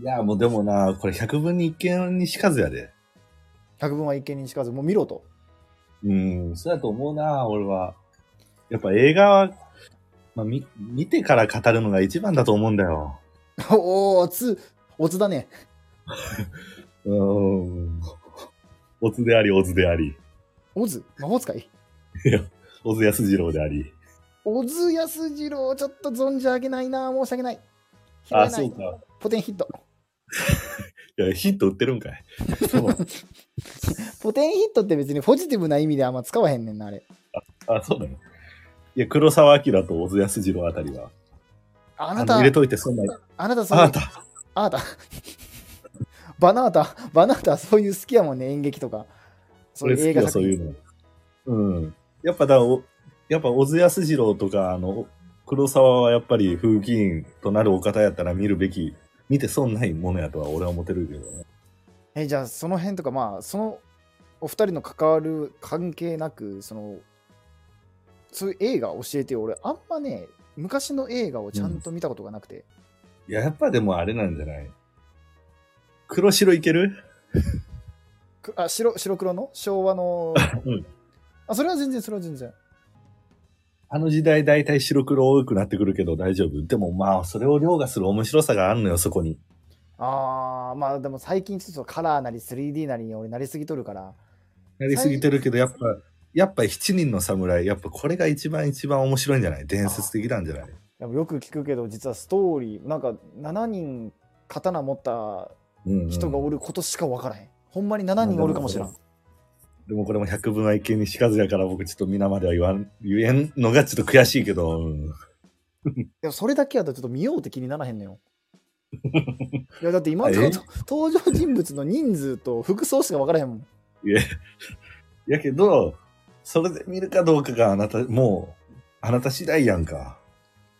いや、もうでもな、これ100分に1件にしかずやで。百聞は一見にしかず、もう見ろと。 うん、そうやと思うな、俺は。やっぱ映画は、まあ、み見てから語るのが一番だと思うんだよ。おお、つ、おつだね。うーん。オズであり、オズであり、おず、魔法使い。オズ安次郎であり。おずやすじろう、ちょっと存じ上げないな、申し訳ない。拾えなあ、いそうか。ポテンヒット。いや、ヒント売ってるんかい。そうポテンヒットって別にポジティブな意味であんま使わへんねんな、あれ。あ、そうだね。いや、黒沢明と小津安二郎あたりは。ああなのた入れ、といて、そんな。あなた、そういあうなた。あなた。 バナータ、バナータ、そういう好きやもんね、演劇とか。そそういれう好き映画よ、そ作う品いうの。うん。やっぱだ、おやっぱ小津安二郎とか、あの、黒沢はやっぱり風紀員となるお方やったら見るべき、見て損ないものやとは俺は思ってるけどね。え、じゃあ、その辺とか、まあ、そのお二人の関わる関係なく、その、そういう映画教えてよ。俺、あんまね、昔の映画をちゃんと見たことがなくて。いや、やっぱでもあれなんじゃない黒白いける。くあ白、白黒の昭和のうんあ、それは全然、それは全然。あの時代大体白黒多くなってくるけど大丈夫。でもまあ、それを凌駕する面白さがあるのよ、そこに。あー、まあ、でも最近ちょっとカラーなり 3D なりに俺なりすぎとるから。やりすぎてるけど、やっぱ、やっぱ七人の侍、やっぱこれが一番一番面白いんじゃない伝説的なんじゃないでもよく聞くけど、実はストーリー、なんか7人刀持ったうんうん人がおることしか分からへん。ほんまに7人おるかもしれん。でもこれも百分は一見にしかずやから僕ちょっと皆までは言わん、言えんのがちょっと悔しいけど、うんでもそれだけやとちょっと見ようって気にならへんのよ。いやだって今のえと登場人物の人数と服装しか分からへんもん。やけど、それで見るかどうかがあなた、もう、あなた次第やんか。